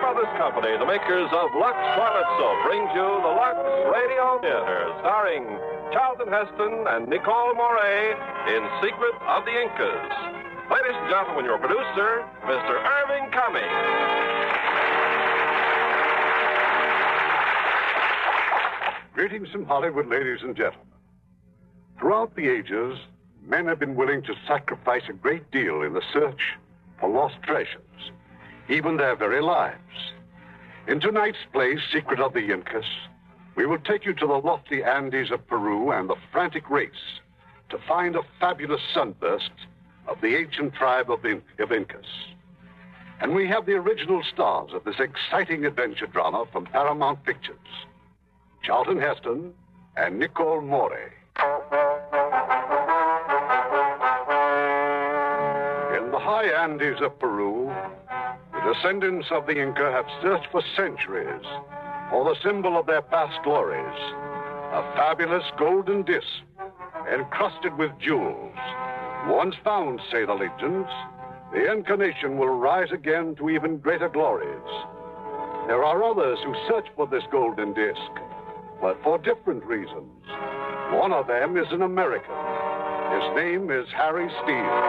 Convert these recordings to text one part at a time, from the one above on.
Brothers Company, the makers of Lux Toilet Soap, brings you the Lux Radio Theater, starring Charlton Heston and Nicole Moray in Secret of the Incas. Ladies and gentlemen, your producer, Mr. Irving Cummings. Greetings from Hollywood, ladies and gentlemen. Throughout the ages, men have been willing to sacrifice a great deal in the search for lost treasures, even their very lives. In tonight's play, Secret of the Incas, we will take you to the lofty Andes of Peru and the frantic race to find a fabulous sunburst of the ancient tribe of, the, of Incas. And we have the original stars of this exciting adventure drama from Paramount Pictures. Charlton Heston and Nicole Morey. In the high Andes of Peru, the descendants of the Inca have searched for centuries for the symbol of their past glories a fabulous golden disc encrusted with jewels. Once found, say the legends, the incarnation will rise again to even greater glories. There are others who search for this golden disc, but for different reasons. One of them is an American. His name is Harry Steele.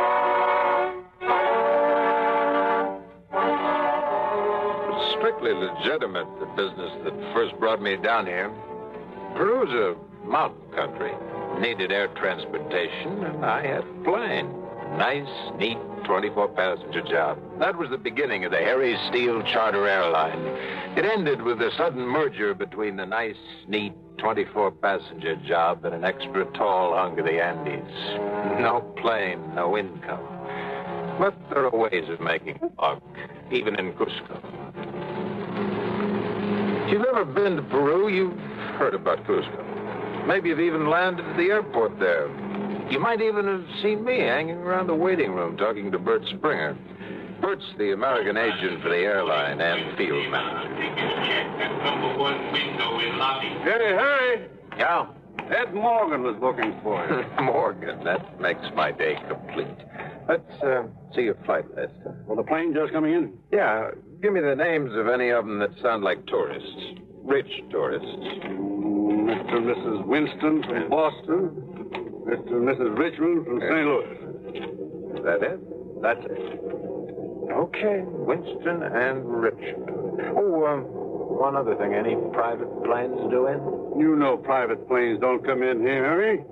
strictly legitimate, the business that first brought me down here. Peru's a mountain country. Needed air transportation, and I had a plane. Nice, neat 24 passenger job. That was the beginning of the Harry Steel Charter Airline. It ended with a sudden merger between the nice, neat 24 passenger job and an extra tall hunk of the Andes. No plane, no income. But there are ways of making a buck, even in Cusco. If you've ever been to Peru, you've heard about Cusco. Maybe you've even landed at the airport there. You might even have seen me hanging around the waiting room talking to Bert Springer. Bert's the American agent for the airline and field manager. Hey, Harry! Yeah. Ed Morgan was looking for you. Morgan, that makes my day complete. Let's uh, see your flight list. Uh, well, the plane just coming in. Yeah, give me the names of any of them that sound like tourists. Rich tourists. Mr. and Mrs. Winston from Boston. Mr. and Mrs. Richmond from St. Louis. Is that it? That's it. Okay, Winston and Richard. Oh, um, one other thing. Any private planes doing? You know private planes don't come in here, Harry.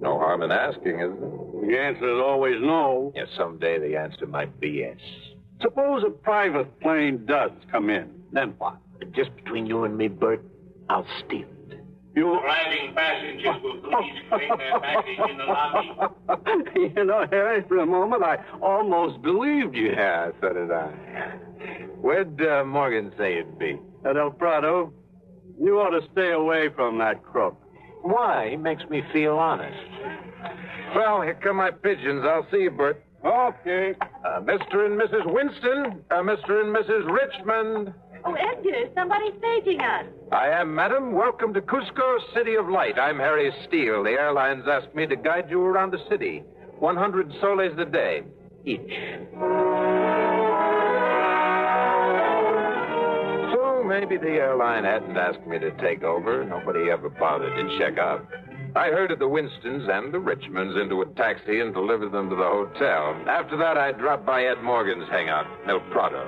No harm in asking, is there? The answer is always no. Yes, someday the answer might be yes. Suppose a private plane does come in. Then what? But just between you and me, Bert, I'll steal it. You. Arriving passengers will please claim their baggage in the lobby. you know, Harry, for a moment I almost believed you had. Yeah, Uh, so did I. Where'd uh, Morgan say it'd be? At El Prado, you ought to stay away from that crook. Why? He makes me feel honest. Well, here come my pigeons. I'll see you, Bert. Okay. Uh, Mr. and Mrs. Winston, uh, Mr. and Mrs. Richmond. Oh, Edgar, somebody's paging us. I am, madam. Welcome to Cusco, City of Light. I'm Harry Steele. The airlines asked me to guide you around the city. 100 soles a day, each. So maybe the airline hadn't asked me to take over. Nobody ever bothered to check up. I herded the Winstons and the Richmonds into a taxi and delivered them to the hotel. After that, I dropped by Ed Morgan's hangout, El Prado.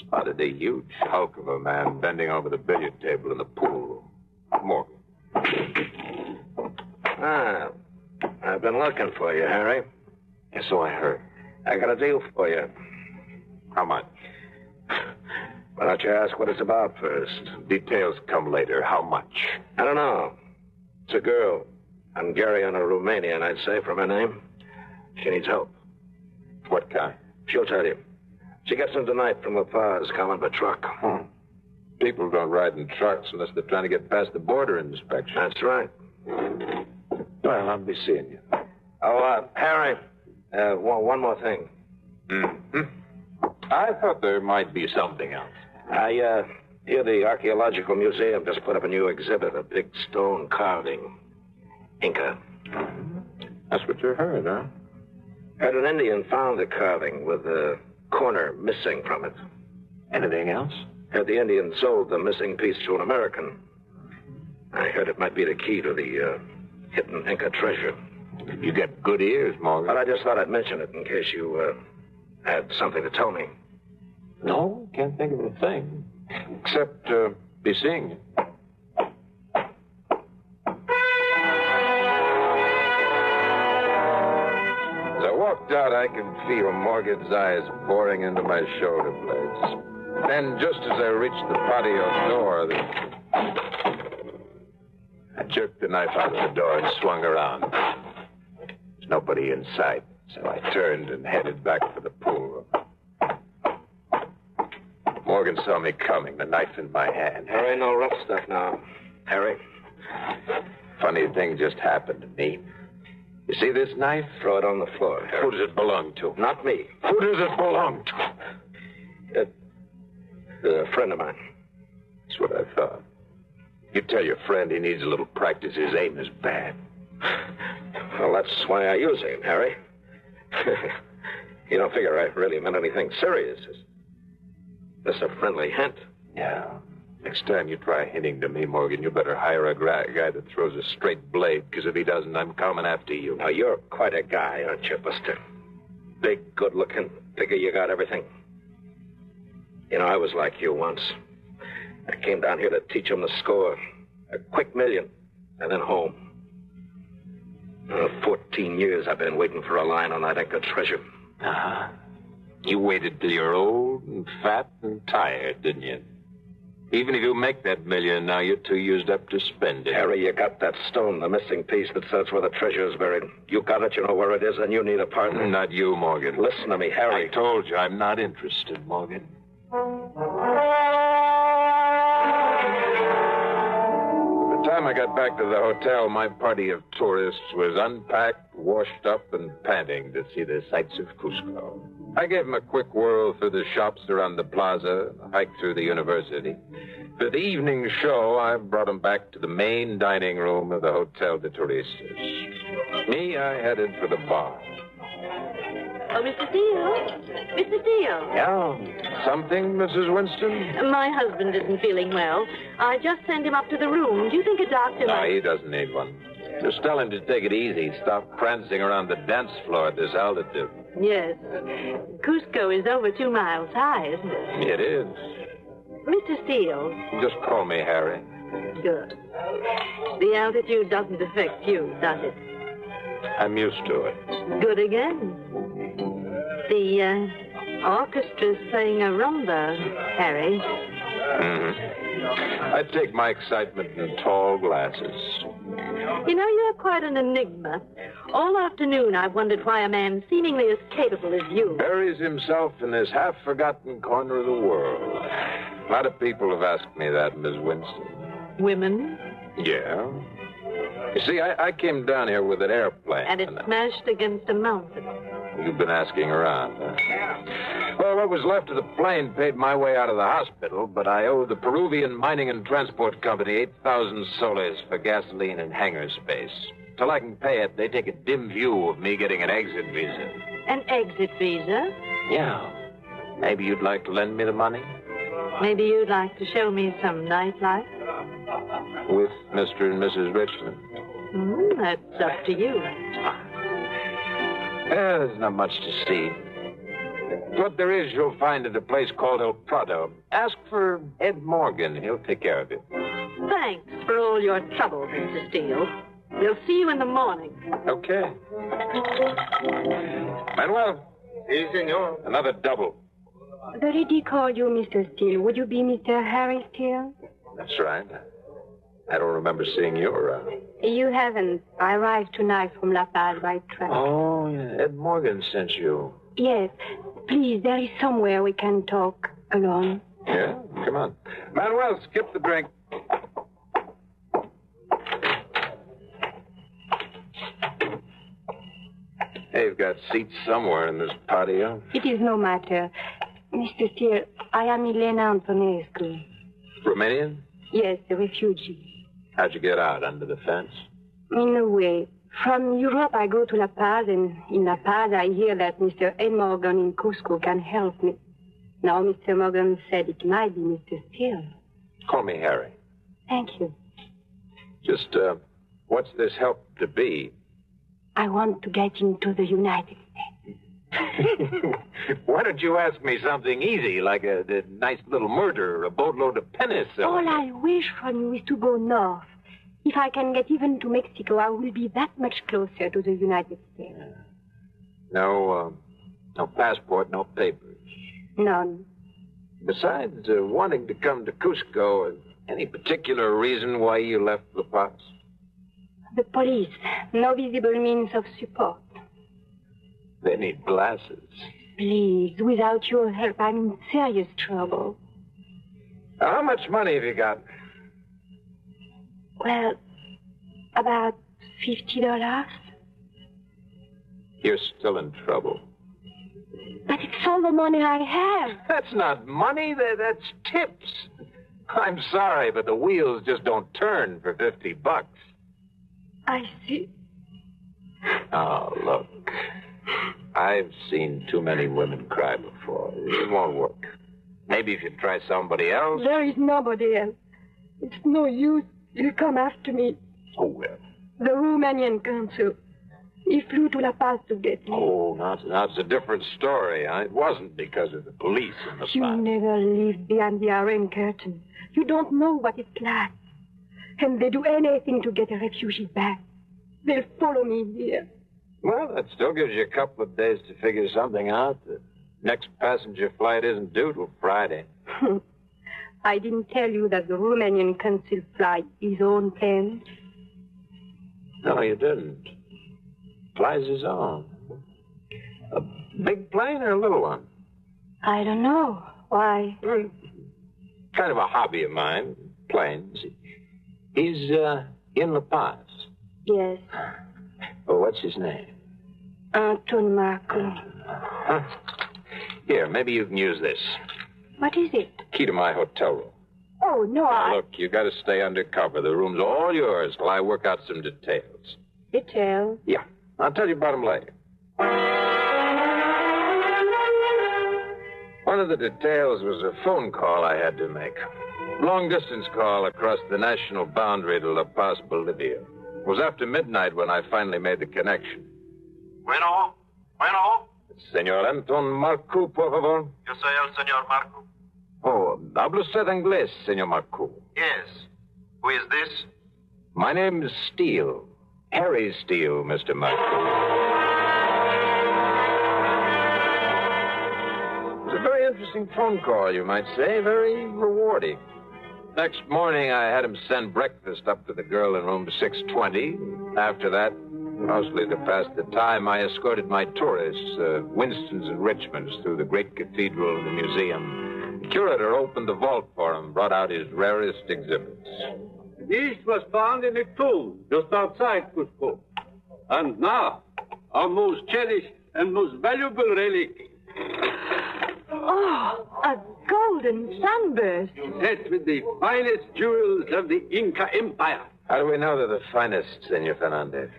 spotted a huge hulk of a man bending over the billiard table in the pool room. Morgan. Ah, I've been looking for you, Harry. And so I heard. I got a deal for you. How much? Why don't you ask what it's about first? Details come later. How much? I don't know. It's a girl. Hungarian or Romanian, I'd say, from her name. She needs help. What kind? She'll tell you. She gets in tonight from La Paz, coming by truck. Hmm. People don't ride in trucks unless they're trying to get past the border inspection. That's right. Well, I'll be seeing you. Oh, uh, Harry, uh, one, one more thing. Mm-hmm. I thought there might be something else. I uh, hear the Archaeological Museum just put up a new exhibit, a big stone carving. Inca. That's what you heard, huh? Heard an Indian found the carving with uh, a corner missing from it. Anything else? Had the Indian sold the missing piece to an American, I heard it might be the key to the uh, hidden Inca treasure. You got good ears, Morgan. But I just thought I'd mention it in case you uh, had something to tell me. No, can't think of a thing. Except uh, be seeing you. As I walked out, I could feel Morgan's eyes boring into my shoulder blades. Then, just as I reached the patio door, the... I jerked the knife out of the door and swung around. There's nobody inside, so I turned and headed back for the pool room. Morgan saw me coming, the knife in my hand. There ain't no rough stuff now, Harry. Funny thing just happened to me. You see this knife? Throw it on the floor, Who Harry. does it belong to? Not me. Uh, Who does it belong to? A friend of mine. That's what I thought. You tell your friend he needs a little practice. His aim is bad. Well, that's why I use him, Harry. you don't figure I really meant anything serious. It's just a friendly hint. Yeah. Next time you try hinting to me, Morgan, you better hire a gra- guy that throws a straight blade, because if he doesn't, I'm coming after you. Now, you're quite a guy, aren't you, Buster? Big, good looking. Figure you got everything. You know, I was like you once. I came down here to teach 'em the score. A quick million, and then home. Uh, Fourteen years I've been waiting for a line on that Inca treasure. Uh-huh. You waited till you're old and fat and tired, didn't you? Even if you make that million now, you're too used up to spend it. Harry, you got that stone, the missing piece that says where the treasure is buried. You got it, you know where it is, and you need a partner. Not you, Morgan. Listen to me, Harry. I told you I'm not interested, Morgan. By the time I got back to the hotel, my party of tourists was unpacked, washed up, and panting to see the sights of Cusco. I gave them a quick whirl through the shops around the plaza, a hike through the university. For the evening show, I brought them back to the main dining room of the Hotel de Turistas. Me, I headed for the bar. Oh, Mr. Deal? Mr. Deal? Yeah. Something, Mrs. Winston? My husband isn't feeling well. I just sent him up to the room. Do you think a doctor No, might... he doesn't need one. Just tell him to take it easy. Stop prancing around the dance floor at this altitude. Yes. Cusco is over two miles high, isn't It it? is. Mr. Steele. Just call me Harry. Good. The altitude doesn't affect you, does it? I'm used to it. Good again. The uh, orchestra's playing a rumba, Harry. I take my excitement in tall glasses. You know, you're quite an enigma. All afternoon, I've wondered why a man seemingly as capable as you. Buries himself in this half forgotten corner of the world. A lot of people have asked me that, Miss Winston. Women, Yeah. You see, I, I came down here with an airplane. and it smashed against a mountain. You've been asking around, huh? Well, what was left of the plane paid my way out of the hospital, but I owe the Peruvian Mining and Transport Company 8,000 soles for gasoline and hangar space. Till I can pay it, they take a dim view of me getting an exit visa. An exit visa. Yeah. Maybe you'd like to lend me the money? Maybe you'd like to show me some nightlife? With Mr. and Mrs. Richmond. Hmm, that's up to you. Yeah, Eh, there's not much to see. What there is, you'll find at a place called El Prado. Ask for Ed Morgan. He'll take care of you. Thanks for all your trouble, Mr. Steele. We'll see you in the morning. Okay. Manuel, Easy, senor. another double. The lady called you Mr. Steele. Would you be Mr. Harry Steele? That's right. I don't remember seeing you around. You haven't. I arrived tonight from La Paz by train. Oh, yeah. Ed Morgan sent you. Yes. Please, there is somewhere we can talk alone. Yeah? Come on. Manuel, skip the drink. They've got seats somewhere in this patio. It is no matter. Mr. Steele, I am Elena Antonescu. Romanian? Yes, a refugee. How'd you get out? Under the fence? In a way, From Europe, I go to La Paz, and in La Paz, I hear that Mr. A. Morgan in Cusco can help me. Now, Mr. Morgan said it might be Mr. Steele. Call me Harry. Thank you. Just, uh, what's this help to be? I want to get into the United States. Why don't you ask me something easy, like a, a nice little murder, a boatload of pennies? or- All I wish from you is to go north. If I can get even to Mexico, I will be that much closer to the United States. No, um, no passport, no papers. None. Besides uh, wanting to come to Cusco, uh, any particular reason why you left La Paz? The police. No visible means of support. They need glasses. Please, without your help, I'm in serious trouble. How much money have you got? Well, about fifty dollars. You're still in trouble. But it's all the money I have. That's not money. tha- That's tips. I'm sorry, but the wheels just don't turn for 50 bucks. I see. Oh, look. I've seen too many women cry before. It won't work. Maybe if you try somebody else. There is nobody else. It's no use. You come after me. Oh, well. The Romanian consul. He flew to La Paz to get me. Oh, now it's, now it's a different story. Huh? It wasn't because of the police in the you spot. never live behind the iron curtain. You don't know what it's like. And they do anything to get a refugee back. They'll follow me here. Well, that still gives you a couple of days to figure something out. The next passenger flight isn't due till Friday. Hmm. I didn't tell you that the Romanian consul flies his own plane. No, you didn't. Flies his own. A big plane or a little one? I don't know. Why? Well, Hmm. Kind of a hobby of mine, planes. He's uh, in La Paz. Yes. Oh, what's his name? Anton Marco. Ah. Huh? Here, maybe you can use this. What is it? Key to my hotel room. Oh, no, Now, I. look, you got to stay under cover. The room's all yours till I work out some details. Detail. Yeah, I'll tell you about them later. One of the details was a phone call I had to make. Long distance call across the national boundary to La Paz, Bolivia. It was after midnight when I finally made the connection. Bueno, bueno. Senor Anton Marco, por favor. Yo soy el señor Marco. Oh, habla usted inglés, Senor Marco. Yes. Who is this? My name is Steele. Harry Steele, Mr. Marco. It was a very interesting phone call, you might say. Very rewarding. Next morning, I had him send breakfast up to the girl in room 620. After that, mostly to pass the time, I escorted my tourists, uh, Winston's and Richmond's, through the great cathedral and the museum. The curator opened the vault for him, brought out his rarest exhibits. This was found in a tomb just outside Cusco. And now, our most cherished and most valuable relic, Oh, a golden sunburst. set with the finest jewels of the Inca Empire. How do we know they're the finest, Senor Fernandez?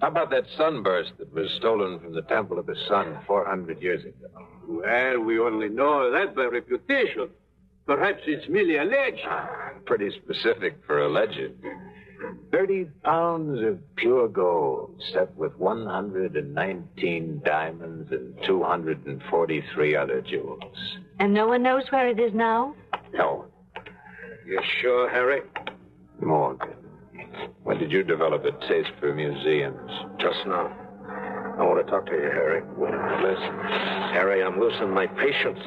How about that sunburst that was stolen from the Temple of the Sun 400 years ago? Well, we only know that by reputation. Perhaps it's merely alleged. Pretty specific for a legend. 30 pounds of pure gold, set with 119 diamonds and 243 other jewels. And no one knows where it is now? No, You sure, Harry? Morgan. When did you develop a taste for museums? Just now. I want to talk to you, Harry. Wait a minute. Listen. Harry, I'm losing my patience.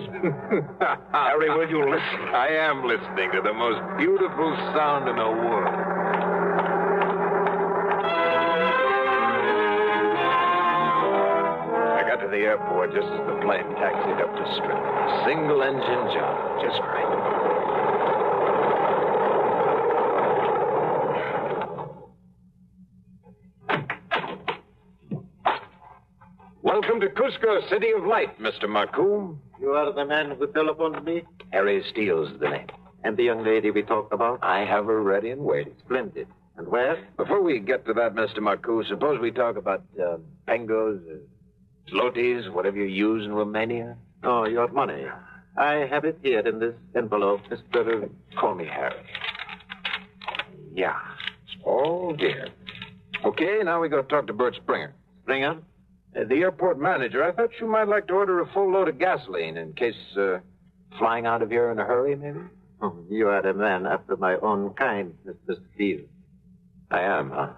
Harry, will you listen? I am listening to the most beautiful sound in the world. I got to the airport just as the plane taxied up the strip. Single engine job, just right. Welcome to Cusco, City of Light, Mr. Marcoum. You are the man who telephoned me? Harry Steele's the name. And the young lady we talked about? I have her ready and waiting. Splendid. And where? Before we get to that, Mr. Marcoux, suppose we talk about uh, pengos, uh, zlotys, whatever you use in Romania. Oh, your money. I have it here in this envelope, Mr. Call me Harry. Yeah. Oh, dear. Okay, now we go talk to Bert Springer. Springer? Uh, the airport manager. I thought you might like to order a full load of gasoline in case uh, flying out of here in a hurry, maybe? Oh, you are a man after my own kind, Mr. Steele. I am, huh?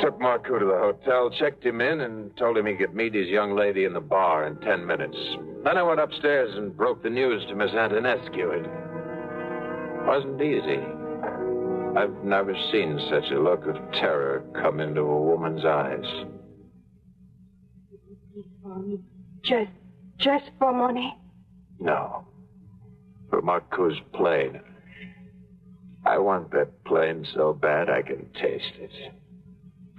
Took Marcoux to the hotel, checked him in, and told him he could meet his young lady in the bar in ten minutes. Then I went upstairs and broke the news to Miss Antonescu. It wasn't easy. I've never seen such a look of terror come into a woman's eyes. Just, just for money. No. For Marco's plane. I want that plane so bad I can taste it.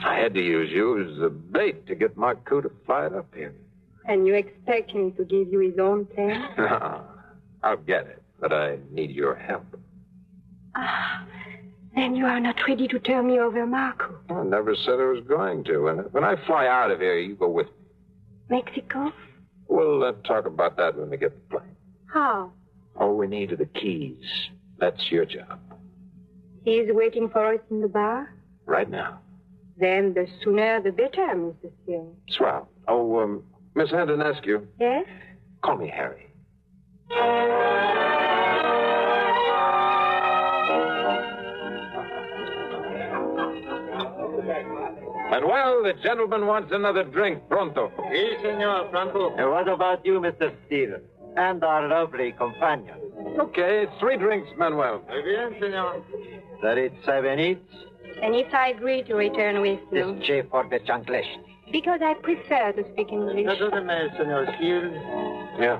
I had to use you as a bait to get Marco to fly it up here. And you expect him to give you his own plane? I'll get it, but I need your help. Ah, then you are not ready to turn me over, Marco. I never said I was going to. And when I fly out of here, you go with me. Mexico? We'll uh, talk about that when we get the plane. How? All we need are the keys. That's your job. He is waiting for us in the bar? Right now. Then the sooner the better, Mrs. Steele. Swell. Oh, um, Miss Antonescu, Yes? call me Harry. And well, the gentleman wants another drink, pronto. Yes, Senor Franco. And what about you, Mr. Steele? And our lovely companion. Okay, three drinks, Manuel. Bien, Senor. That is seven each. And if I agree to return with you, This J for the chanclesh. because I prefer to speak English. Senor Steele. Yeah.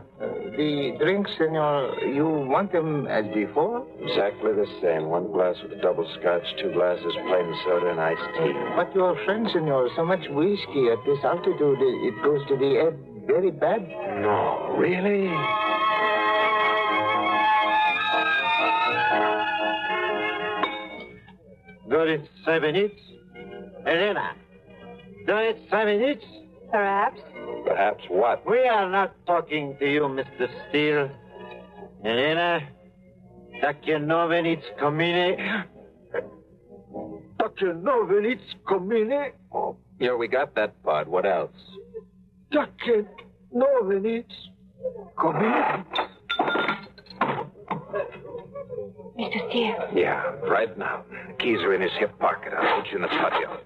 The drinks, Uh, senor, you want them as before? Exactly the same. One glass with double scotch, two glasses plain soda and iced tea. But your friend, senor, so much whiskey at this altitude, i- it goes to the head very bad. No, really? Do it seven each. Elena. Do it seven each. Perhaps. Perhaps what? We are not talking to you, Mr. Steele. Elena, Dr. Novenitz Komine. Dr. Novenitz Komine? Yeah, we got that part. What else? Dr. Novenitz Komine? Mr. Steele. Yeah, right now. The keys are in his hip pocket. I'll put you in the patio.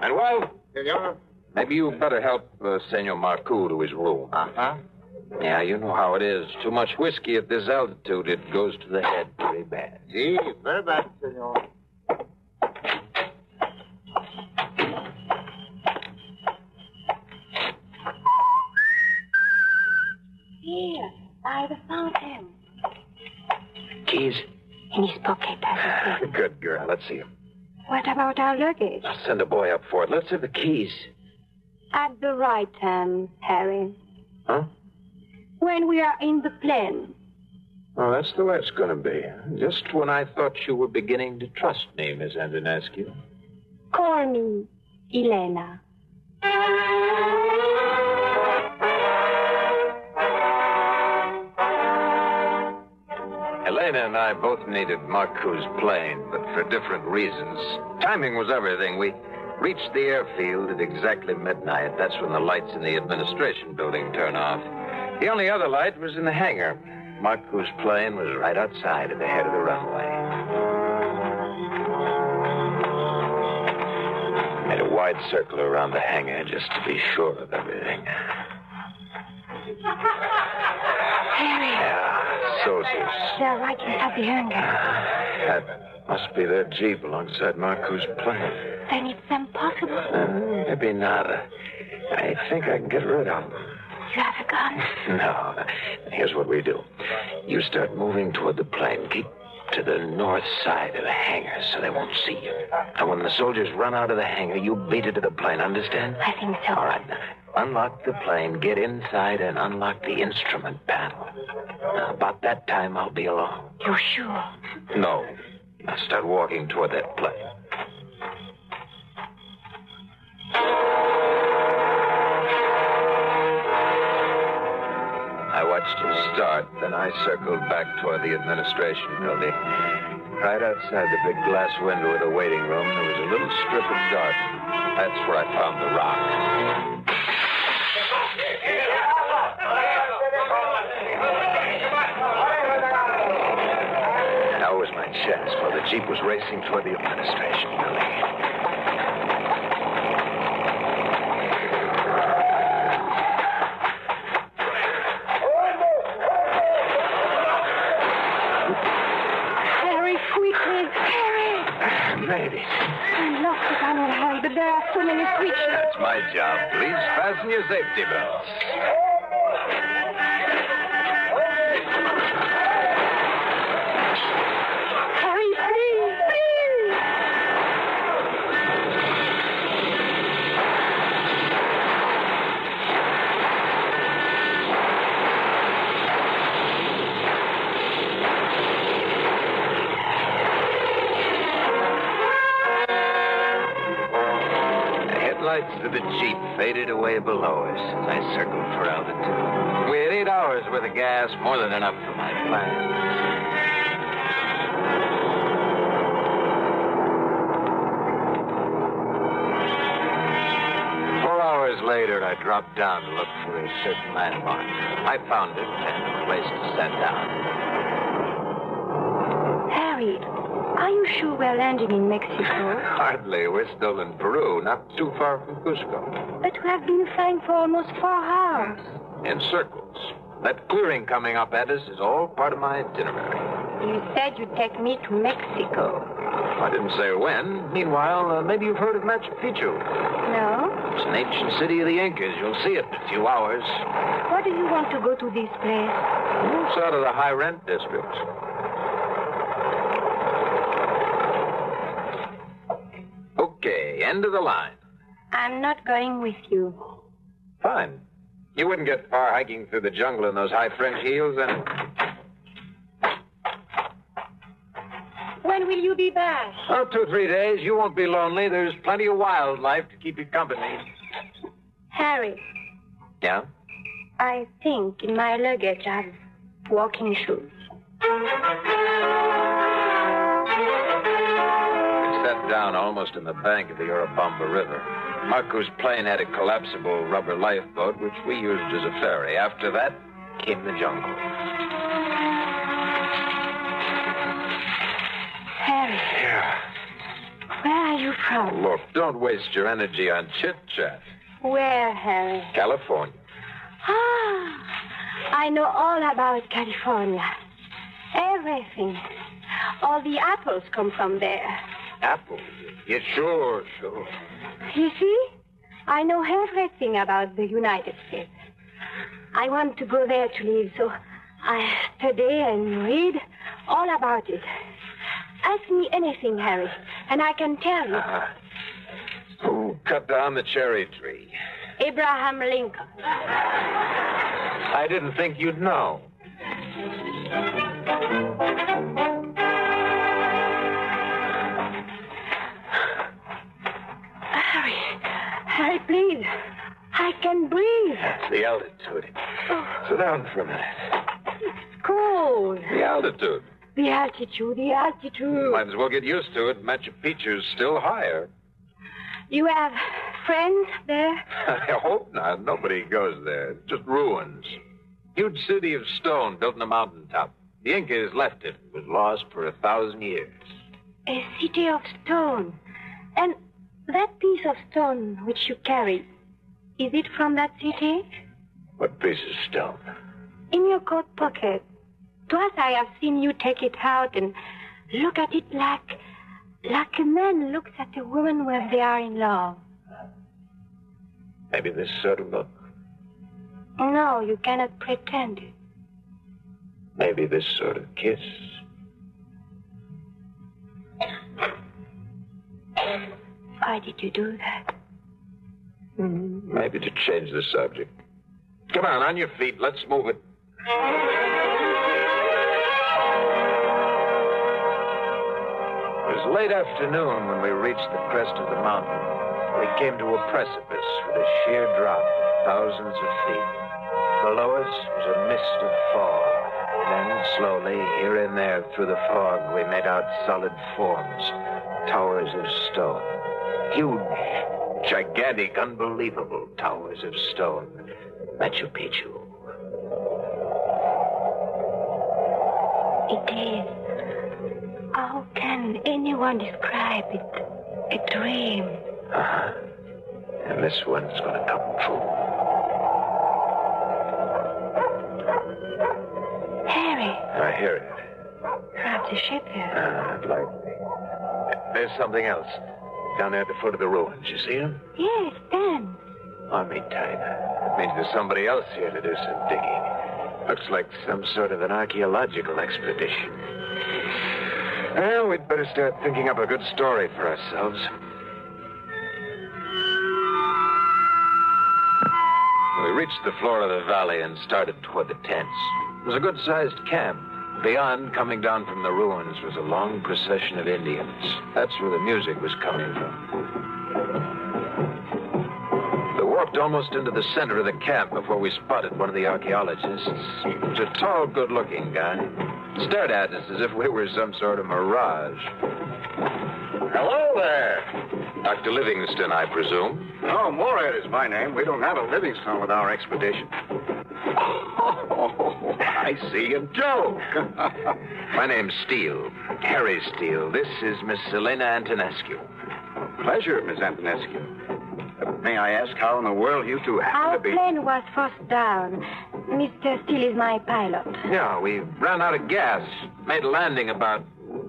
Manuel? Senor? Maybe you better help uh, Senor Marcoux to his room. Uh-huh. Yeah, you know how it is. Too much whiskey at this altitude, it goes to the head pretty bad. Si, very bad, senor. Here, by the fountain. Keys? Ah, In his pocket, I think. Good girl. Let's see him. What about our luggage? I'll send a boy up for it. Let's have the keys. At the right hand, Harry. Huh? When we are in the plane. Well, that's the way it's going to be. Just when I thought you were beginning to trust me, Miss Antonescu. Call me Elena. Elena and I both needed Marcou's plane, but for different reasons. Timing was everything. We reached the airfield at exactly midnight. That's when the lights in the administration building turn off. The only other light was in the hangar. Marcou's plane was right outside at the head of the runway. Made a wide circle around the hangar just to be sure of everything. Yeah, soldiers. They're right inside the hangar. That must be their jeep alongside Marco's plane. Then it's impossible. Uh, maybe not. Uh, I think I can get rid of them. You have a gun. No. Here's what we do. You start moving toward the plane. Keep to the north side of the hangar so they won't see you. And when the soldiers run out of the hangar, you beat it to the plane. Understand? I think so. All right. now, Unlock the plane, get inside, and unlock the instrument panel. Now, about that time, I'll be alone. You're sure? No. Now start walking toward that plane. I watched him start, then I circled back toward the administration building. Right outside the big glass window of the waiting room, there was a little strip of dark. That's where I found the rock. Now was my chance, for the Jeep was racing toward the administration building. Harry, quickly. Harry! Made it. I'm lost as I'm in a hurry, but there are so many creatures. That's my job. Please fasten your safety belts. Harry, please, please. The headlights of the Jeep faded away below us as I circled for altitude. We had eight hours worth of gas, more than enough for my plan. Four hours later, I dropped down to look for a certain landmark. I found it and a place to set down. Harry, are you sure we're landing in Mexico? Hardly. We're still in Peru, not too far from Cusco. But we have been flying for almost four hours. In circles. That clearing coming up at us is all part of my itinerary. You said you'd take me to Mexico. I didn't say when. Meanwhile, uh, maybe you've heard of Machu Picchu. No? It's an ancient city of the Incas. You'll see it in a few hours. Why do you want to go to this place? It's out of the high rent district. Okay, end of the line. I'm not going with you. Fine. You wouldn't get far hiking through the jungle in those high French heels, and When will you be back? oh, two, three days, you won't be lonely. There's plenty of wildlife to keep you company. Harry, Yeah? I think in my luggage I've walking shoes. We sat down almost in the bank of the Urubamba River. Marco's plane had a collapsible rubber lifeboat, which we used as a ferry. After that came the jungle. Harry. Where are you from? Look, don't waste your energy on chit chat. Where, Harry? California. Ah, I know all about California. Everything. All the apples come from there. Apples. Yeah, sure, sure. You see? I know everything about the United States. I want to go there to live, so I study and read all about it. Ask me anything, Harry, and I can tell you. Uh-huh. Who cut down the cherry tree? Abraham Lincoln. I didn't think you'd know. Harry, Harry, please. I can breathe. That's the altitude. Sit down for a minute. Cold. The altitude. The altitude, the altitude. Might as well get used to it. Machu Picchu's still higher. You have friends there? I hope not. Nobody goes there. It's just ruins. Huge city of stone built on a mountaintop. The Incas left it. It was lost for a thousand years. A city of stone. And that piece of stone which you carry, is it from that city? What piece of stone? In your coat pocket. Twice I have seen you take it out and look at it like. like a man looks at a woman when they are in love. Maybe this sort of look. No, you cannot pretend it. Maybe this sort of kiss. Why did you do that? Maybe to change the subject. Come on, on your feet. Let's move it. It was late afternoon when we reached the crest of the mountain. We came to a precipice with a sheer drop, thousands of feet. Below us was a mist of fog. Then, slowly, here and there through the fog, we made out solid forms, towers of stone. Huge, gigantic, unbelievable towers of stone. Machu Picchu. It is. How can anyone describe it? A dream. Uh-huh. And this one's gonna come true. Harry, I hear it. perhaps a ship here. Uh, I'd like- There's something else. Down there at the foot of the ruins, you see him? Yes, Dan. Army type. That means there's somebody else here to do some digging. Looks like some sort of an archaeological expedition. Well, we'd better start thinking up a good story for ourselves. We reached the floor of the valley and started toward the tents. It was a good sized camp. Beyond, coming down from the ruins, was a long procession of Indians. That's where the music was coming from. They walked almost into the center of the camp before we spotted one of the archaeologists. He was a tall, good looking guy. Stared at us as if we were some sort of mirage. Hello there. Dr. Livingston, I presume. Oh, Morad is my name. We don't have a Livingstone with our expedition. Oh, I see a joke. My name's Steele, Harry Steele. This is Miss Selena Antonescu. Pleasure, Miss Antonescu. Uh, May I ask how in the world you two happen Our to be? plane was forced down. Mr. Steele is my pilot. Yeah, we ran out of gas, made a landing about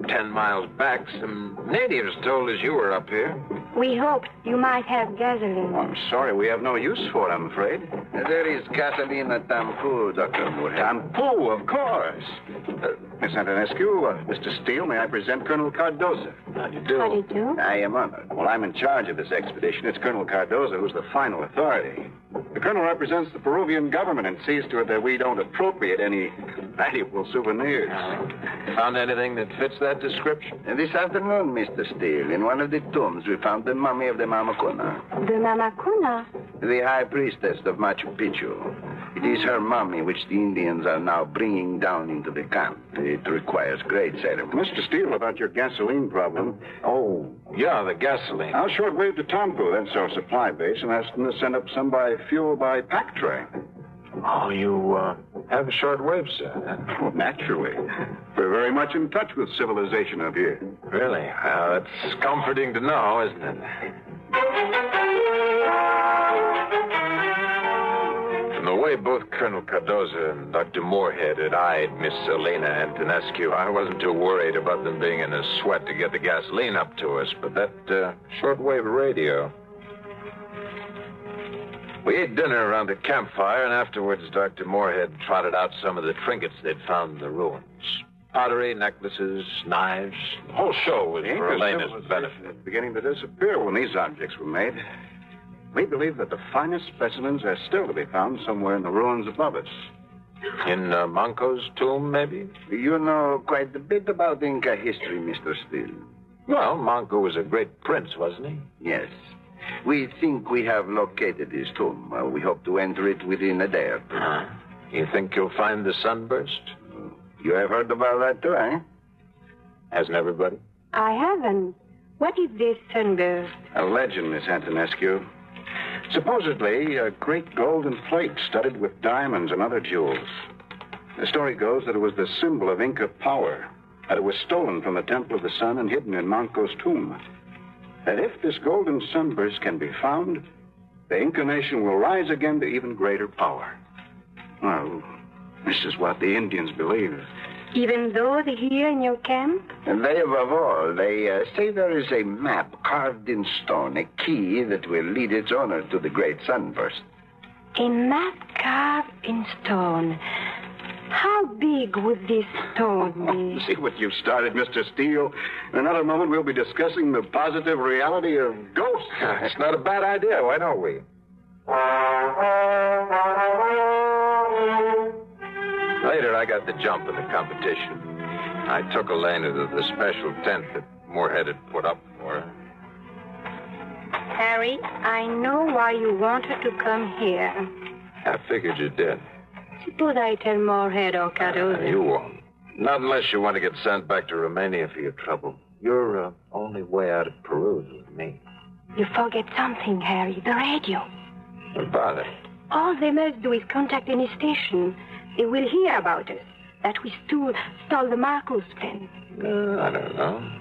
ten miles back. Some natives told us you were up here. We hoped you might have gasoline. I'm sorry, we have no use for it, I'm afraid. There is Catalina Tampu, Dr. Moore. Tampu, of course. Uh, Miss Antonescu, uh, Mr. Steele, may I present Colonel Cardoza? How do you do? How do you do? I am honored. Well, I'm in charge of this expedition. It's Colonel Cardoza who's the final authority. The Colonel represents the Peruvian government and sees to it that we don't appropriate any valuable souvenirs. Found anything that fits that description? This afternoon, Mr. Steele, in one of the tombs, we found the mummy of the Mamakuna, The Mamakuna. the high priestess of Machu Picchu. It is her mummy which the Indians are now bringing down into the camp. It requires great ceremony. Mr. Steele, about your gasoline problem. Oh, yeah, the gasoline. I'll shortwave to Tomco, that's our supply base, and ask them to send up some by fuel by pack train. Oh, you uh, have a short wave, sir. Well, Oh, naturally. We're very much in touch with civilization up here. Really? Uh, it's comforting to know, isn't it? From the way both Colonel Cardoza and Dr. Moorhead had eyed Miss Elena Antonescu, I wasn't too worried about them being in a sweat to get the gasoline up to us, but that uh, shortwave radio. We ate dinner around the campfire, and afterwards Dr. Moorhead trotted out some of the trinkets they'd found in the ruins. Pottery, necklaces, knives. The whole show was The for Inca Elena's civilization benefit. is beginning to disappear when these objects were made. We believe that the finest specimens are still to be found somewhere in the ruins above us. In uh, Manco's tomb, maybe? You know quite a bit about Inca history, Mr. Steele. Well, Manco was a great prince, wasn't he? Yes. We think we have located his tomb. Uh, we hope to enter it within a day or 2 You think you'll find the sunburst? You have heard about that too, eh? Hasn't everybody? I haven't. What is this sunburst? A legend, Miss Antonescu. Supposedly, a great golden plate studded with diamonds and other jewels. The story goes that it was the symbol of Inca power, that it was stolen from the Temple of the Sun and hidden in Manco's tomb. That if this golden sunburst can be found, the Inca nation will rise again to even greater power. Well, this is what the Indians believe. Even though they're here in your camp? And they, above all, they uh, say there is a map carved in stone, a key that will lead its owner to the great sunburst. A map carved in stone. How big would this stone See what you've started, Mr. Steele. In another moment, we'll be discussing the positive reality of ghosts. it's not a bad idea. Why don't we? Later, I got the jump in the competition. I took Elena to the special tent that Moorhead had put up for her. Harry, I know Oh, why you want her to come here. I figured you did. Suppose I tell Moorhead or Cardozo. You won't. Not unless you want to get sent back to Romania for your trouble. Your uh, only way out of Peru is with me. You forget something, Harry. The radio. Don't bother. All they must do is contact any station. They will hear about us. That we stole, stole the Marcos pen. Uh, I don't know.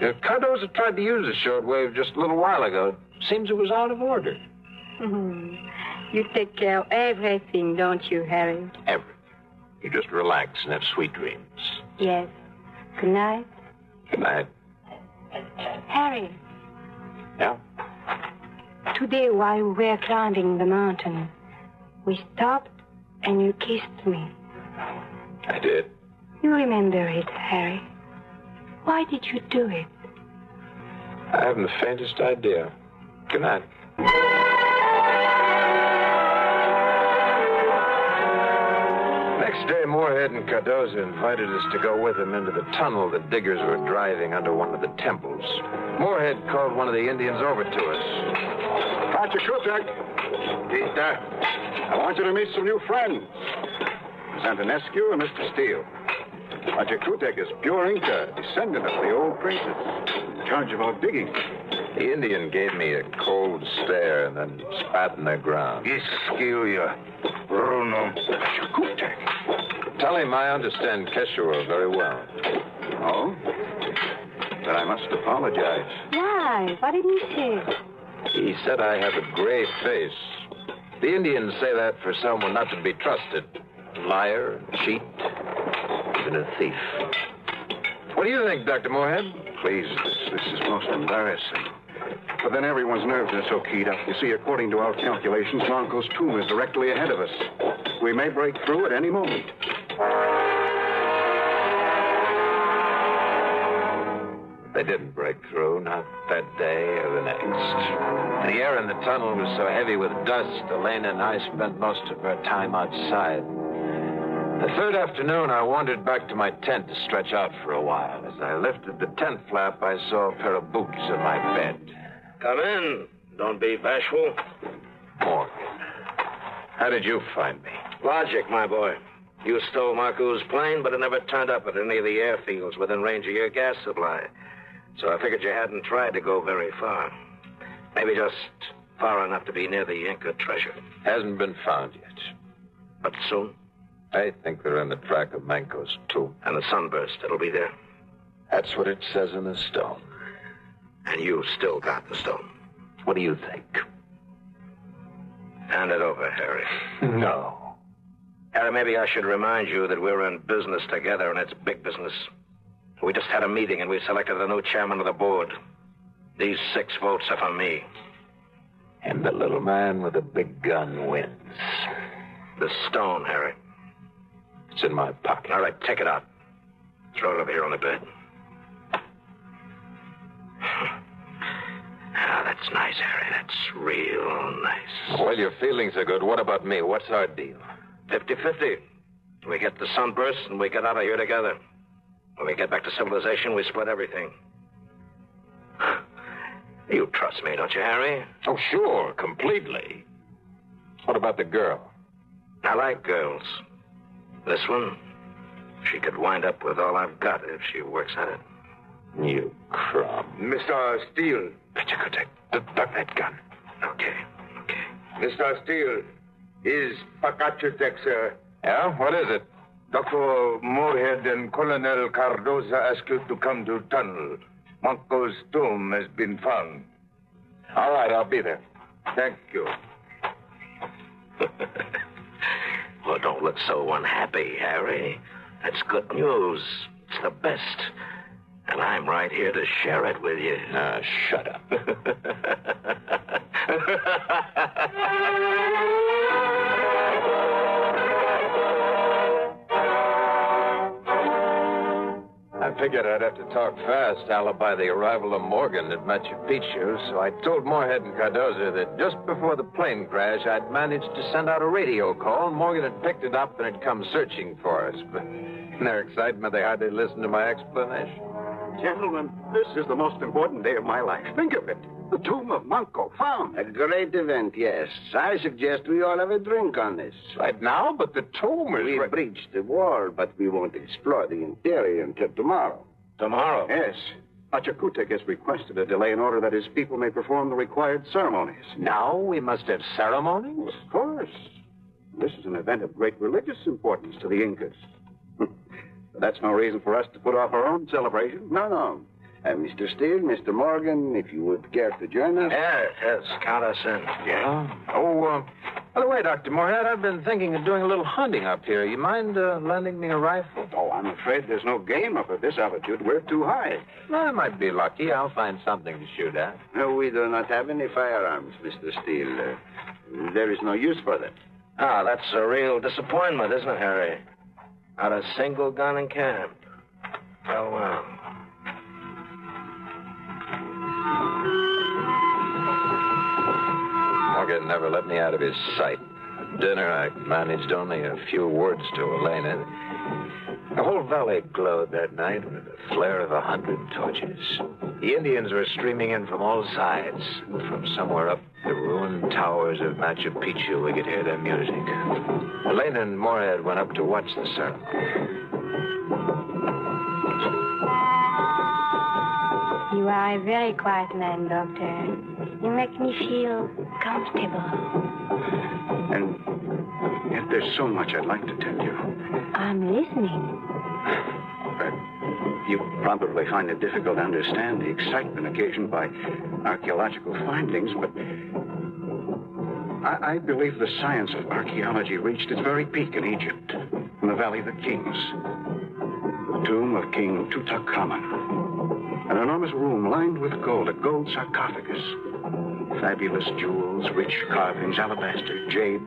Uh, Cardozo tried to use the shortwave just a little while ago. Seems it was out of order. Hmm. You take care of everything, don't you, Harry? Everything. You just relax and have sweet dreams. Yes. Good night. Good night. Harry, Yeah? today while we were climbing the mountain, we stopped and you kissed me. I did. You remember it, Harry. Why did you do it? I haven't the faintest idea. Good night. Next day, Moorhead and Cardoza invited us to go with them into the tunnel the diggers were driving under one of the temples. Moorhead called one of the Indians over to us. Patrick Kutek. Peter, I want you to meet some new friends. Santanescu and Mr. Steele. Patrick Kutek is pure Inca, descendant of the old princes. In charge of our digging. The Indian gave me a cold stare and then spat in the ground. Iskilia, Bruno Tell him I understand Quechua very well. Oh? Then I must apologize. Why? What did he say? He said I have a gray face. The Indians say that for someone not to be trusted. Liar, cheat, even a thief. What do you think, Dr. Moorhead? Please, this, this is most embarrassing. But then everyone's nerves are so keyed up. You see, according to our calculations, Bronco's tomb is directly ahead of us. We may break through at any moment. They didn't break through, not that day or the next. The air in the tunnel was so heavy with dust, Elena and I spent most of our time outside. The third afternoon, I wandered back to my tent to stretch out for a while. As I lifted the tent flap, I saw a pair of boots in my bed. Come in. Don't be bashful. Morgan. How did you find me? Logic, my boy. You stole Marco's plane, but it never turned up at any of the airfields within range of your gas supply. So I figured you hadn't tried to go very far. Maybe just far enough to be near the Inca treasure. Hasn't been found yet. But soon? I think they're on the track of Manco's tomb. And the sunburst, it'll be there. That's what it says in the stone. And you still got the stone. What do you think? Hand it over, Harry. No. Harry, maybe I should remind you that we're in business together, and it's big business. We just had a meeting, and we selected the new chairman of the board. These six votes are for me. And the little man with the big gun wins. The stone, Harry. It's in my pocket. All right, take it out. Throw it over here on the bed. ah, that's nice, Harry. That's real nice. Well, your feelings are good. What about me? What's our deal? 50 50. We get the sunburst and we get out of here together. When we get back to civilization, we split everything. you trust me, don't you, Harry? Oh, sure, completely. What about the girl? I like girls. This one, she could wind up with all I've got if she works at it. You crumb. Mr. Steele. Pachakutek, duck that gun. Okay. Mr. Steele is Pachakutek, sir. Yeah? What is it? Dr. Moorhead and Colonel Cardoza asked you to come to tunnel. Manco's tomb has been found. All right, I'll be there. Thank you. Well, don't look so unhappy, Harry. That's good news. It's the best. And I'm right here to share it with you. Ah, shut up. I figured I'd have to talk fast, alibi the arrival of Morgan at Machu Picchu, so I told Moorhead and Cardoza that just before the plane crash, I'd managed to send out a radio call, and Morgan had picked it up and had come searching for us. But in their excitement, they hardly listened to my explanation. Gentlemen, this is the most important day of my life. Think of it. The tomb of Manco found. A great event, yes. I suggest we all have a drink on this. Right now? But the tomb is. We breached the wall, but we won't explore the interior until tomorrow. Tomorrow? Yes. Achakutik has requested a delay in order that his people may perform the required ceremonies. Now we must have ceremonies? Of course. This is an event of great religious importance to the Incas. But that's no reason for us to put off our own celebration. No, no. Uh, Mr. Steele, Mr. Morgan, if you would care to join us. Yes, yes, count us in. Yeah. oh, uh, by the way, Dr. Moorhead, I've been thinking of doing a little hunting up here. You mind uh, lending me a rifle? Oh, I'm afraid there's no game up at this altitude. We're too high. Well, I might be lucky. I'll find something to shoot at. No, we do not have any firearms, Mr. Steele. Uh, there is no use for them. Ah, that's a real disappointment, isn't it, Harry? Not a single gun in camp. Well, well. Morgan never let me out of his sight. At dinner, I managed only a few words to Elena. The whole valley glowed that night with the flare of a hundred torches. The Indians were streaming in from all sides. From somewhere up the ruined towers of Machu Picchu, we could hear their music. Elena and Morehead went up to watch the ceremony. You are a very quiet man, Doctor. You make me feel comfortable. And yet there's so much I'd like to tell you. I'm listening. You probably find it difficult to understand the excitement occasioned by archaeological findings, but I, I believe the science of archaeology reached its very peak in Egypt, in the Valley of the Kings. The tomb of King Tutankhamun. An enormous room lined with gold, a gold sarcophagus. Fabulous jewels, rich carvings, alabaster, jade.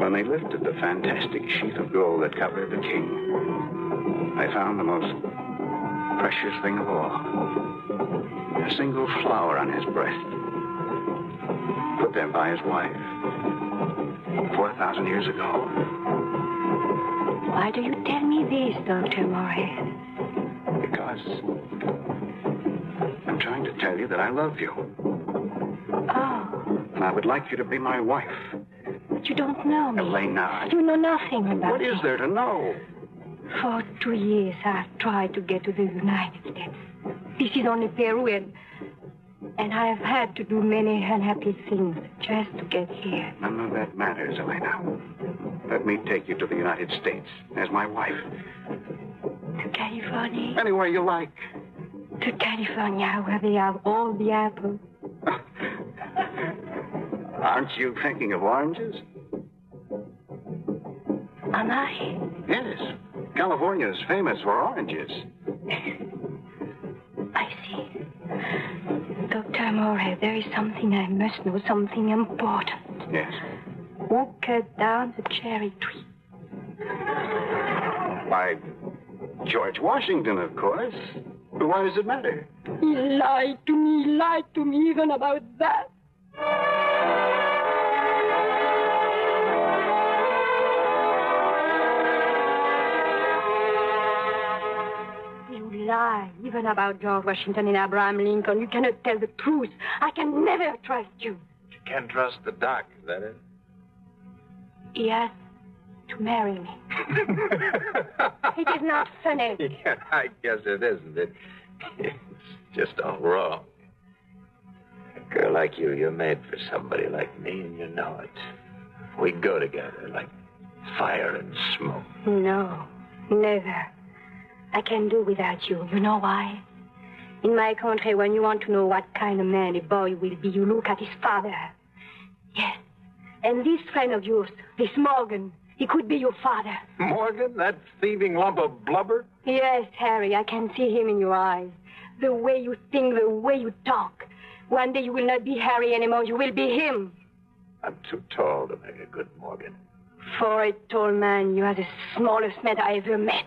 When they lifted the fantastic sheath of gold that covered the king, they found the most precious thing of all a single flower on his breast, put there by his wife 4,000 years ago. Why do you tell me this, Dr. Morehead? Because I'm trying to tell you that I love you. Oh, And I would like you to be my wife. but you don't know me. Elena. You know nothing about What is there to know? For two years, I've tried to get to the United States. This is only Peru, and, and I've had to do many unhappy things just to get here. None of that matters, Elena. Let me take you to the United States as my wife. To California. Anywhere you like. To California, where they have all the apples. Aren't you thinking of oranges? Am I? Yes. California is famous for oranges. Dr. Amore, there is something I must know, something important. Yes. Walk her down the cherry tree. By George Washington, of course. But why does it matter? He lied to me, he lied to me even about that. You lie even about George Washington and Abraham Lincoln. You cannot tell the truth. I can never trust you. You can't trust the doc, is that it? He asked to marry me. it is not funny. Yeah, I guess it isn't. It, it's just all wrong. A girl like you, you're made for somebody like me, and you know it. We go together like fire and smoke. No, never. I can do without you. You know why? In my country, when you want to know what kind of man a boy will be, you look at his father. Yes. And this friend of yours, this Morgan, he could be your father. Morgan, that thieving lump of blubber? Yes, Harry, I can see him in your eyes. The way you think, the way you talk. One day you will not be Harry anymore. You will be him. I'm too tall to make a good Morgan. For a tall man, you are the smallest man I ever met.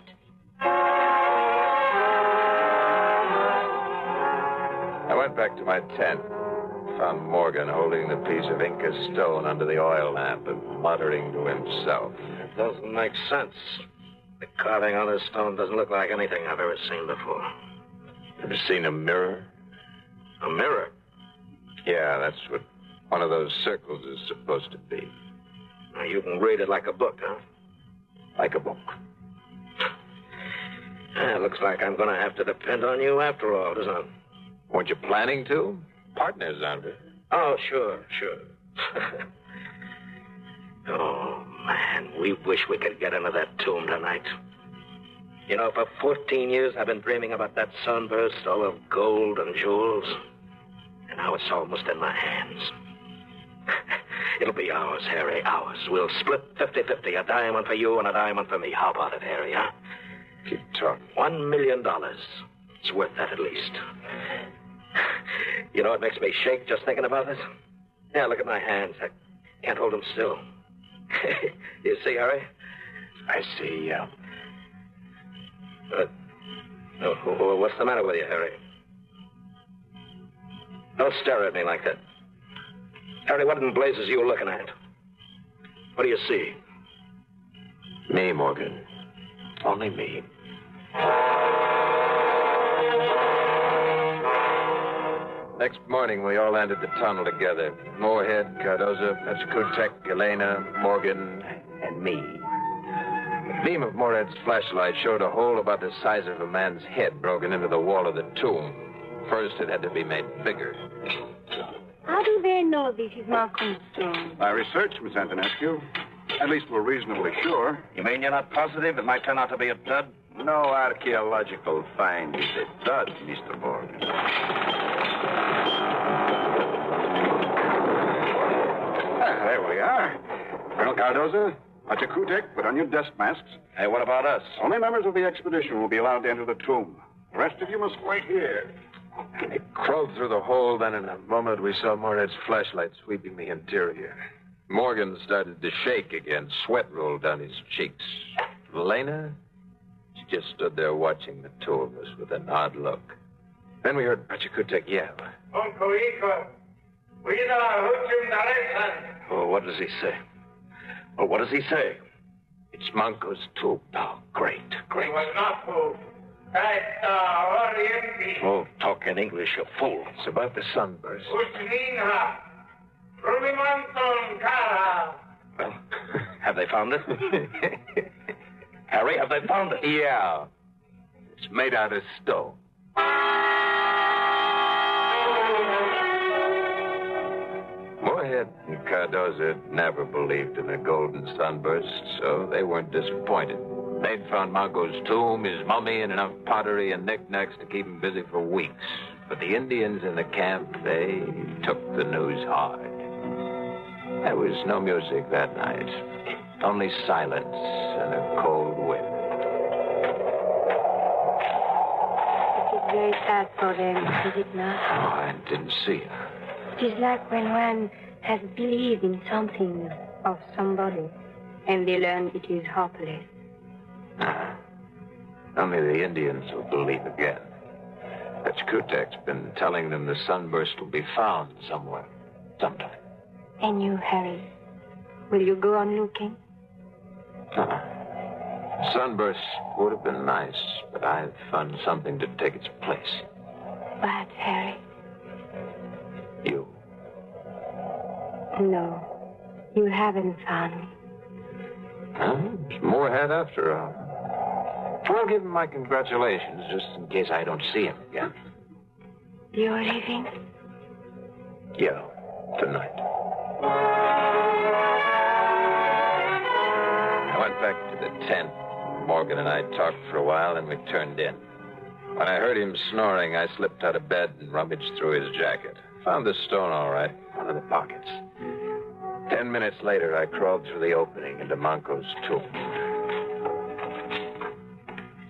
back to my tent. Found Morgan holding the piece of Inca stone under the oil lamp and muttering to himself. It doesn't make sense. The carving on this stone doesn't look like anything I've ever seen before. Ever seen a mirror? A mirror? Yeah, that's what one of those circles is supposed to be. Now, you can read it like a book, huh? Like a book. Yeah, it looks like I'm going to have to depend on you after all, doesn't it? Weren't you planning to? Partners, aren't we? Oh, sure, sure. oh, man, we wish we could get into that tomb tonight. You know, for 14 years I've been dreaming about that sunburst all of gold and jewels. And now it's almost in my hands. It'll be ours, Harry, ours. We'll split 50 50, a diamond for you and a diamond for me. How about it, Harry, huh? Keep talking. One million dollars. It's worth that at least. You know what makes me shake just thinking about this? Yeah, look at my hands. I can't hold them still. you see, Harry? I see, yeah. Uh, oh, wh- wh- what's the matter with you, Harry? Don't stare at me like that. Harry, what in blazes are you looking at? What do you see? Me, Morgan. Only me. Next morning, we all entered the tunnel together. Moorhead, Cardoza, Escutek, Elena, Morgan, and me. The beam of Moorhead's flashlight showed a hole about the size of a man's head broken into the wall of the tomb. First, it had to be made bigger. How do they know this is Malcolm's stone? By research, Miss Antonescu. At least we're reasonably sure. You mean you're not positive it might turn out to be a dud? No archaeological find is a dud, Mr. Morgan. Ah, there we are. Colonel Cardoza, Achakutek, put on your dust masks. Hey, what about us? Only members of the expedition will be allowed to enter the tomb. The rest of you must wait here. I crawled through the hole, then in a moment we saw Morad's flashlight sweeping the interior. Morgan started to shake again. Sweat rolled down his cheeks. Elena, she just stood there watching the two of us with an odd look. Then we heard Pachakutek yell. Uncle Ika, we are Hujum Daresan. Oh, what does he say? Oh, what does he say? It's Manco's tomb. Oh, great, We great. will not move. That uh, Orienti Oh, talk in English, you fool. It's about the sunburst. Usninha, Rubimanton Cara. Have they found it? Harry, have they found it? Yeah. It's made out of stone. Moorhead and Cardoza never believed in a golden sunburst, so they weren't disappointed. They'd found Margot's tomb, his mummy, and enough pottery and knickknacks to keep them busy for weeks. But the Indians in the camp, they took the news hard. There was no music that night, only silence and a cold wind. It is very sad for them, is it Oh, not? I didn't see her. It is like when one has believed in something or somebody, and they learn it is hopeless. Ah. Only the Indians will believe again. That's Kutek's been telling them the sunburst will be found somewhere, sometime. And you, Harry, will you go on looking? Huh. Sunburst would have been nice, but I've found something to take its place. But, Harry, You. no, you haven't found me. Huh? It's Moorhead after all. I'll give him my congratulations just in case I don't see him again. You're leaving? Yeah, tonight. I went back to the tent. Morgan and I talked for a while, and we turned in. When I heard him snoring, I slipped out of bed and rummaged through his jacket. Found the stone all right, one of the pockets. Ten minutes later, I crawled through the opening into Manco's tomb.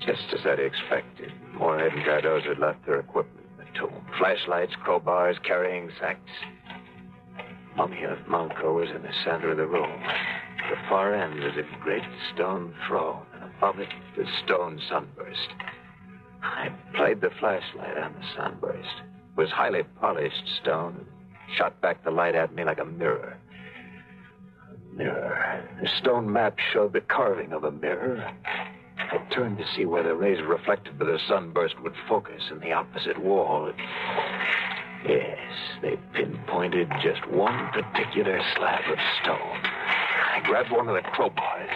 Just as I'd expected, Moorhead and Cardoza had left their equipment in the tomb. Flashlights, crowbars, carrying sacks. Mummy of Manco was in the center of the room. At the far end was a great stone throne, and above it, the stone sunburst. I played the flashlight on the sunburst. was highly polished stone and shot back the light at me like a mirror. Mirror. The stone map showed the carving of a mirror. I turned to see where the rays reflected by the sunburst would focus in the opposite wall. Yes, they pinpointed just one particular slab of stone. I grabbed one of the crowbars.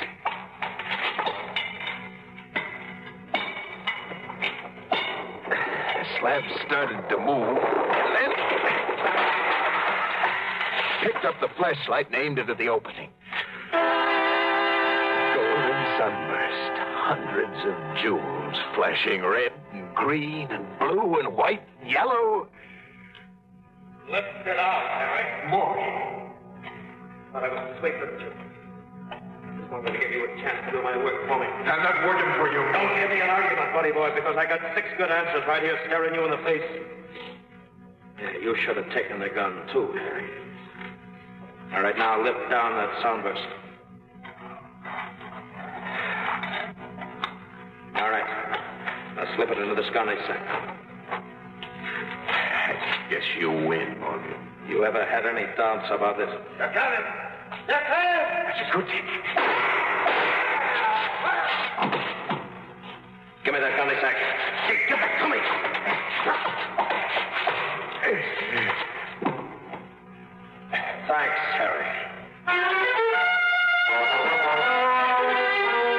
The slab started to move, and then picked up the flashlight and aimed it at the opening. Golden sunburst, hundreds of jewels flashing red and green and blue and white and yellow. Lift it out, Eric. More. Thought I was asleep with you. Just wanted to give you a chance to do my work for me. I'm not working for you. Don't give me an argument, buddy boy, because I got six good answers right here staring you in the face. Yeah, you should have taken the gun, too, Harry. All right, now lift down that soundburst. All right. Now slip it into this gun I sent. Guess you win, Morgan. You ever had any doubts about this? You're coming! You're Give me that gun, Isaac. Hey, Give it to me! Thanks, Harry.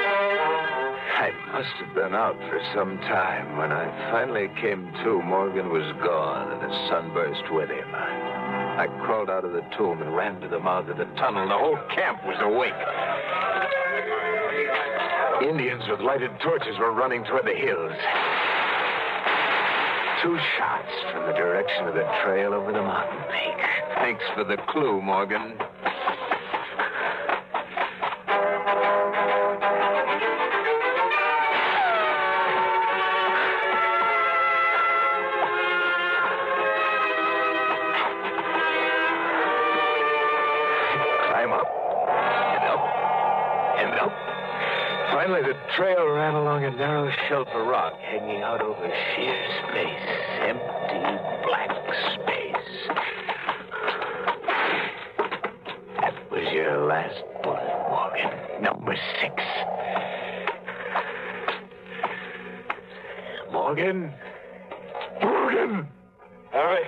I must have been out for some time. When I finally came to, Morgan was gone and a sunburst with him. I crawled out of the tomb and ran to the mouth of the tunnel. The whole camp was awake. Indians with lighted torches were running toward the hills. Two shots from the direction of the trail over the mountain peak. Thanks for the clue, Morgan. Climb up. And up. And up. Finally, the trail ran along a narrow shelf of rock hanging out over sheer space. Empty, black space. That was your last bullet, Morgan. Number six. Morgan? Morgan! Harry.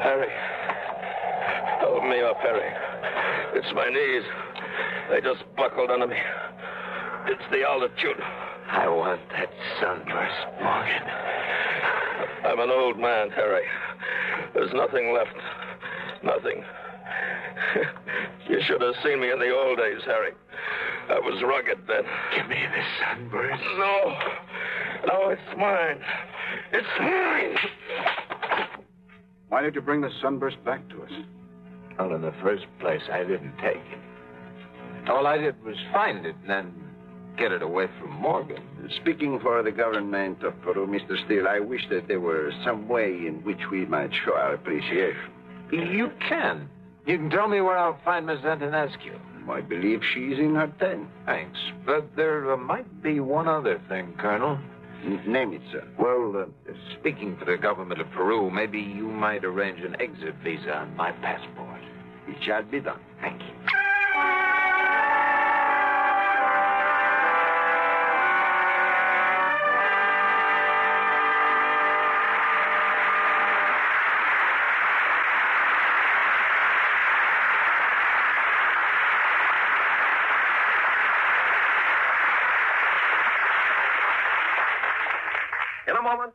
Harry. Help me up, Harry. It's my knees. They just buckled under me. It's the altitude. I want that sunburst, Morgan. I'm an old man, Harry. There's nothing left. Nothing. you should have seen me in the old days, Harry. I was rugged then. Give me the sunburst. No. No, it's mine. It's mine. Why did you bring the sunburst back to us? Well, in the first place, I didn't take it. All I did was find it and then Get it away from Morgan. Speaking for the government of Peru, Mr. Steele, I wish that there were some way in which we might show our appreciation. You can. You can tell me where I'll find Miss Antonescu. I believe she's in her tent. Thanks. But there uh, might be one other thing, Colonel. Name it, sir. Well, uh, speaking for the government of Peru, maybe you might arrange an exit visa on my passport. It shall be done. Thank you. In a moment.